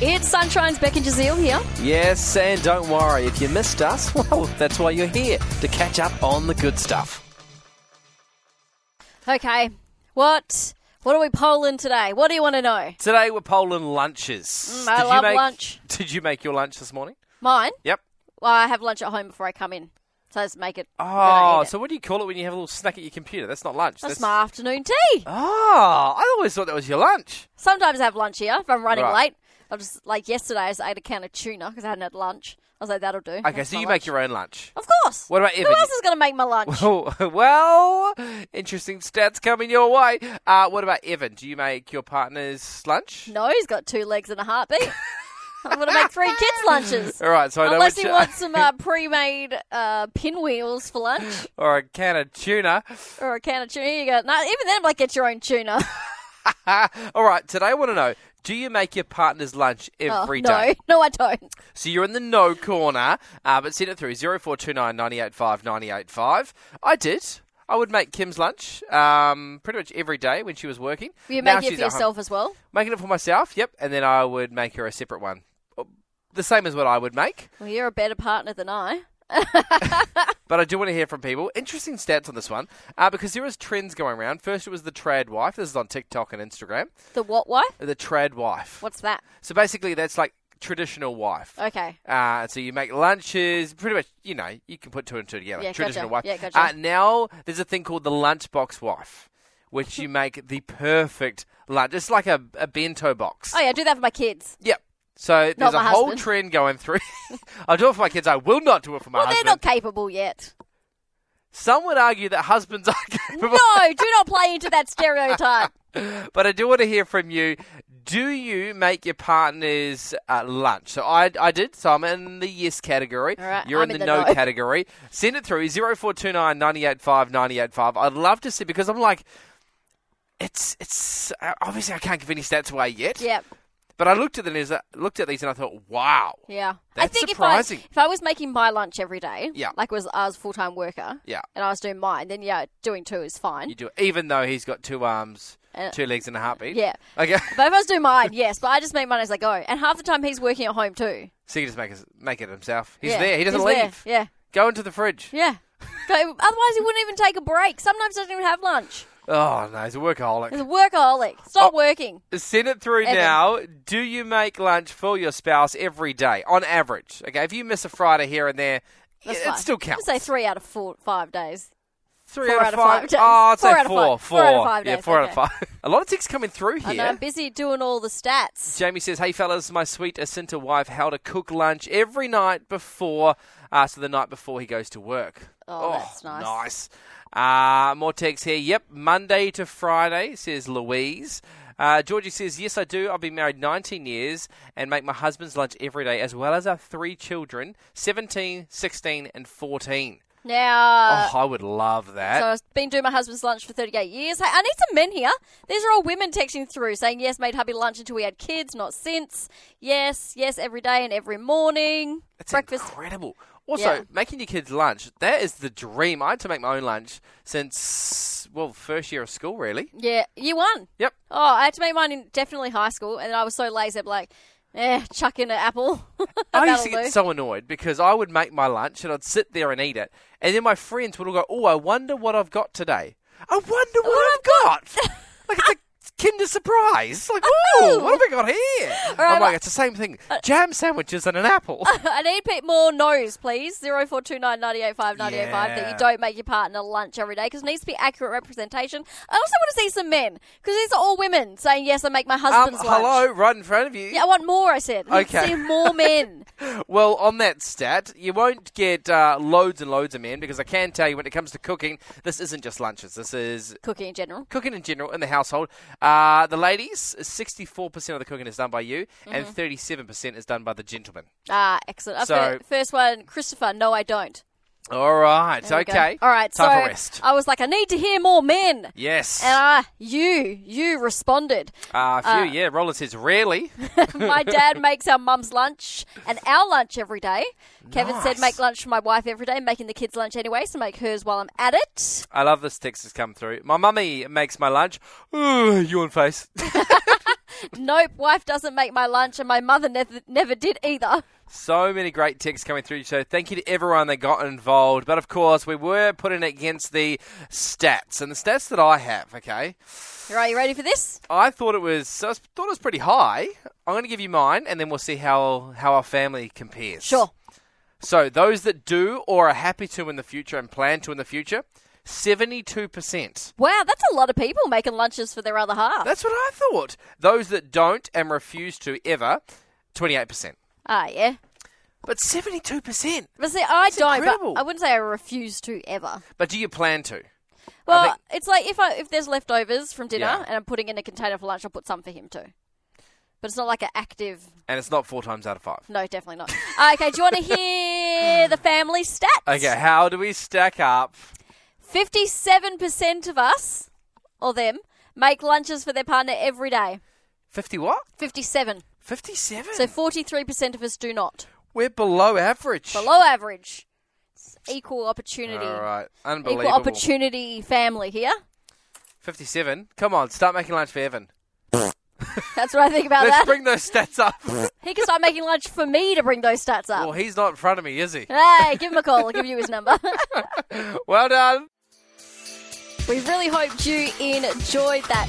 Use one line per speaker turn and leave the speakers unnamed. It's Sunshine's Becky Jazeel here.
Yes, and don't worry, if you missed us, well, that's why you're here, to catch up on the good stuff.
Okay, what what are we polling today? What do you want to know?
Today we're polling lunches.
Mm, I love lunch.
Did you make your lunch this morning?
Mine?
Yep.
Well, I have lunch at home before I come in, so let's make it. then I eat
Oh,
it.
so what do you call it when you have a little snack at your computer? That's not lunch.
that's my afternoon tea.
Oh, I always thought that was your lunch.
Sometimes I have lunch here if I'm running
Right.
late. I'm just like yesterday, I just ate a can of tuna because I hadn't had lunch. I was like, that'll do.
Okay, so you make your own lunch.
Of course.
What about Evan?
Who else is going to make my lunch?
Oh, well, interesting stats coming your way. Uh, what about Evan? Do you make your partner's lunch?
no, he's got two legs and a heartbeat. I'm going to make three kids' lunches.
All right, so I know
Unless
which,
he wants some uh, pre-made uh, pinwheels for lunch
or a can of tuna.
or a can of tuna. You go, no, even then, like, get your own tuna.
Ah, all right, today I want to know: Do you make your partner's lunch
Oh,
every day?
no, no, I don't.
So you're in the no corner, uh, but send it through zero four two nine ninety eight five ninety eight five. I did. I would make Kim's lunch um, pretty much every day when she was working.
You
Now
make it
she's
for
at home.
yourself as well.
Making it for myself, yep, and then I would make her a separate one, Oh, the same as what I would make.
Well, you're a better partner than I.
But I do want to hear from people. Interesting stats on this one uh, because there is trends going around. First, it was the trad wife. This is on TikTok and Instagram.
The what wife?
The trad wife.
What's that?
So basically, that's like traditional wife.
Okay.
Uh, so you make lunches, pretty much, you know, you can put two and two together.
Yeah,
Traditional
gotcha.
wife.
Yeah, gotcha.
Uh, now there's a thing called the lunchbox wife, which you make the perfect lunch. It's like a, a bento box.
Oh yeah, do that for my kids.
Yep. So there's a
my
whole
husband.
trend going through. I'll do it for my kids. I will not do it for my
Well,
husband.
they're not capable yet.
Some would argue that husbands are capable.
No, do not play into that stereotype.
But I do want to hear from you. Do you make your partner's uh, lunch? So I, I did. So I'm in the yes category.
All right,
You're
I'm
in
in
the,
the
no,
no.
category. Send it through 0429 985 985. I'd love to see because I'm like, it's it's uh, obviously I can't give any stats away yet.
Yep.
But I looked at the news, uh, looked at these and I thought, wow.
Yeah. I
That's
think
surprising.
if I if I was making my lunch every day,
Yeah.
like was I was a full time worker,
Yeah.
and I was doing mine, then yeah, doing two is fine.
You do it. Even though he's got two arms,
Uh,
two legs, and a heartbeat.
yeah.
Okay.
But if I was doing mine, yes, but I just make mine as I go. And half the time he's working at home too.
So he can just make, his, make it himself. He's
Yeah,
there. He doesn't
he's there.
leave.
Yeah.
Go into the fridge.
Yeah. Go- Otherwise, he wouldn't even take a break. Sometimes he doesn't even have lunch.
Oh, no. He's a workaholic.
He's a workaholic. Stop
Oh.
working.
Send it through
Evan.
now. Do you make lunch for your spouse every day on average? Okay, if you miss a Friday here and there,
That's
it,
fine.
it still counts.
I'd say three out of four, five days.
Three
four
out, of five.
days.
Oh, I'd
Four
say
out of
four.
five. Four out of five
yeah,
days,
four out of
okay.
five. A lot of texts coming throrough
I know
here.
I'm busy doing all the stats.
Jamie says, "Hey fellas, my sweet Asinta wife how to cook lunch every night before, uh, so the night before he goes to work.
Oh, that's nice.
Nice. Uh, more text here. Yep, Monday to Friday says Louise. Uh, Georgie says, "Yes, I do. I've been married 19 years and make my husband's lunch every day, as well as our three children, 17, 16, and 14."
Now,
oh, I would love that.
So I've been doing my husband's lunch for 38 years. Hey, I need some men here. These are all women texting through saying, yes, made hubby lunch until we had kids, not since. Yes, yes, every day and every morning.
That's
Breakfast.
incredible. Also,
Yeah.
making your kids lunch, that is the dream. I had to make my own lunch since, well, first year of school, really.
Yeah, year one.
Yep.
Oh, I had to make mine in definitely high school, and I was so lazy. I'm like, eh, chuck in an apple.
I
That'll
used to
do.
get so annoyed because I would make my lunch and I'd sit there and eat it. And then my friends would all go, Oh, I wonder what I've got today. I wonder what, I've got. like, it's a Kinder surprise. Like, oh, what have I got here? I'm
right,
like,
but-
it's the same thing jam sandwiches and an apple.
I need a bit more no's, please. 0429 985 985 that
Yeah.
you don't make your partner lunch every day because it needs to be accurate representation. I also want to see some men because these are all women saying, yes, I make my
um,
husband's lunch.
hello, right in front of you.
Yeah, I want more. I said. I need to
Okay.
see more men.
Well, on that stat, you won't get uh, loads and loads of men because I can tell you when it comes to cooking, this isn't just lunches. This is
Cooking in general.
cooking in general in the household. Uh, the ladies, 64% of the cooking is done by you, and
Mm-hmm.
37% is done by the gentleman.
Ah, excellent. I've
So-
got it. first one, Christopher. No, I don't.
All right,
There we go.
okay.
All right.
time
so
for rest.
I was like, I need to hear more men.
yes.
And uh, you, you responded.
Uh, a few, yeah. Roland says, rarely.
My dad makes our mum's lunch and our lunch every day. Kevin said,
Nice.
make lunch for my wife every day, making the kids lunch anyway, so make hers while I'm at it.
I love this text that's come through. My mummy makes my lunch. Ooh, yawn face.
nope, wife doesn't make my lunch, and my mother never, never did either.
So many great texts coming through. So thank you to everyone that got involved. But of course, we were putting it against the stats and the stats that I have. Okay,
Right, you ready for this?
I thought it was I thought it was pretty high. I'm going to give you mine, and then we'll see how how our family compares.
Sure.
So those that do or are happy to in the future and plan to in the future, seventy-two percent.
Wow, that's a lot of people making lunches for their other half.
That's what I thought. Those that don't and refuse to ever, twenty-eight percent.
ah, yeah.
But seventy-two percent.
But see, I don't.
incredible.
But I wouldn't say I refuse to ever.
But do you plan to?
Well,
think-
it's like if I if there's leftovers from dinner
Yeah.
and I'm putting in a container for lunch, I'll put some for him too. But it's not like an active.
And it's not four times out of five.
No, definitely not. Uh, okay, do you want to hear the family stats?
Okay, how do we stack up?
fifty-seven percent of us or them make lunches for their partner every day.
Fifty what?
Fifty-seven.
Fifty-seven.
So forty-three percent of us do not.
We're below average.
Below average. It's equal opportunity.
All right,
Equal
unbelievable.
opportunity family here.
Fifty-seven. Come on, start making lunch for Evan.
That's what I think about
Let's
that.
bring those stats up.
he can start making lunch for me to bring those stats up.
well, he's not in front of me, is he?
Hey, give him a call. I'll give you his number.
Well done.
we really hoped you enjoyed that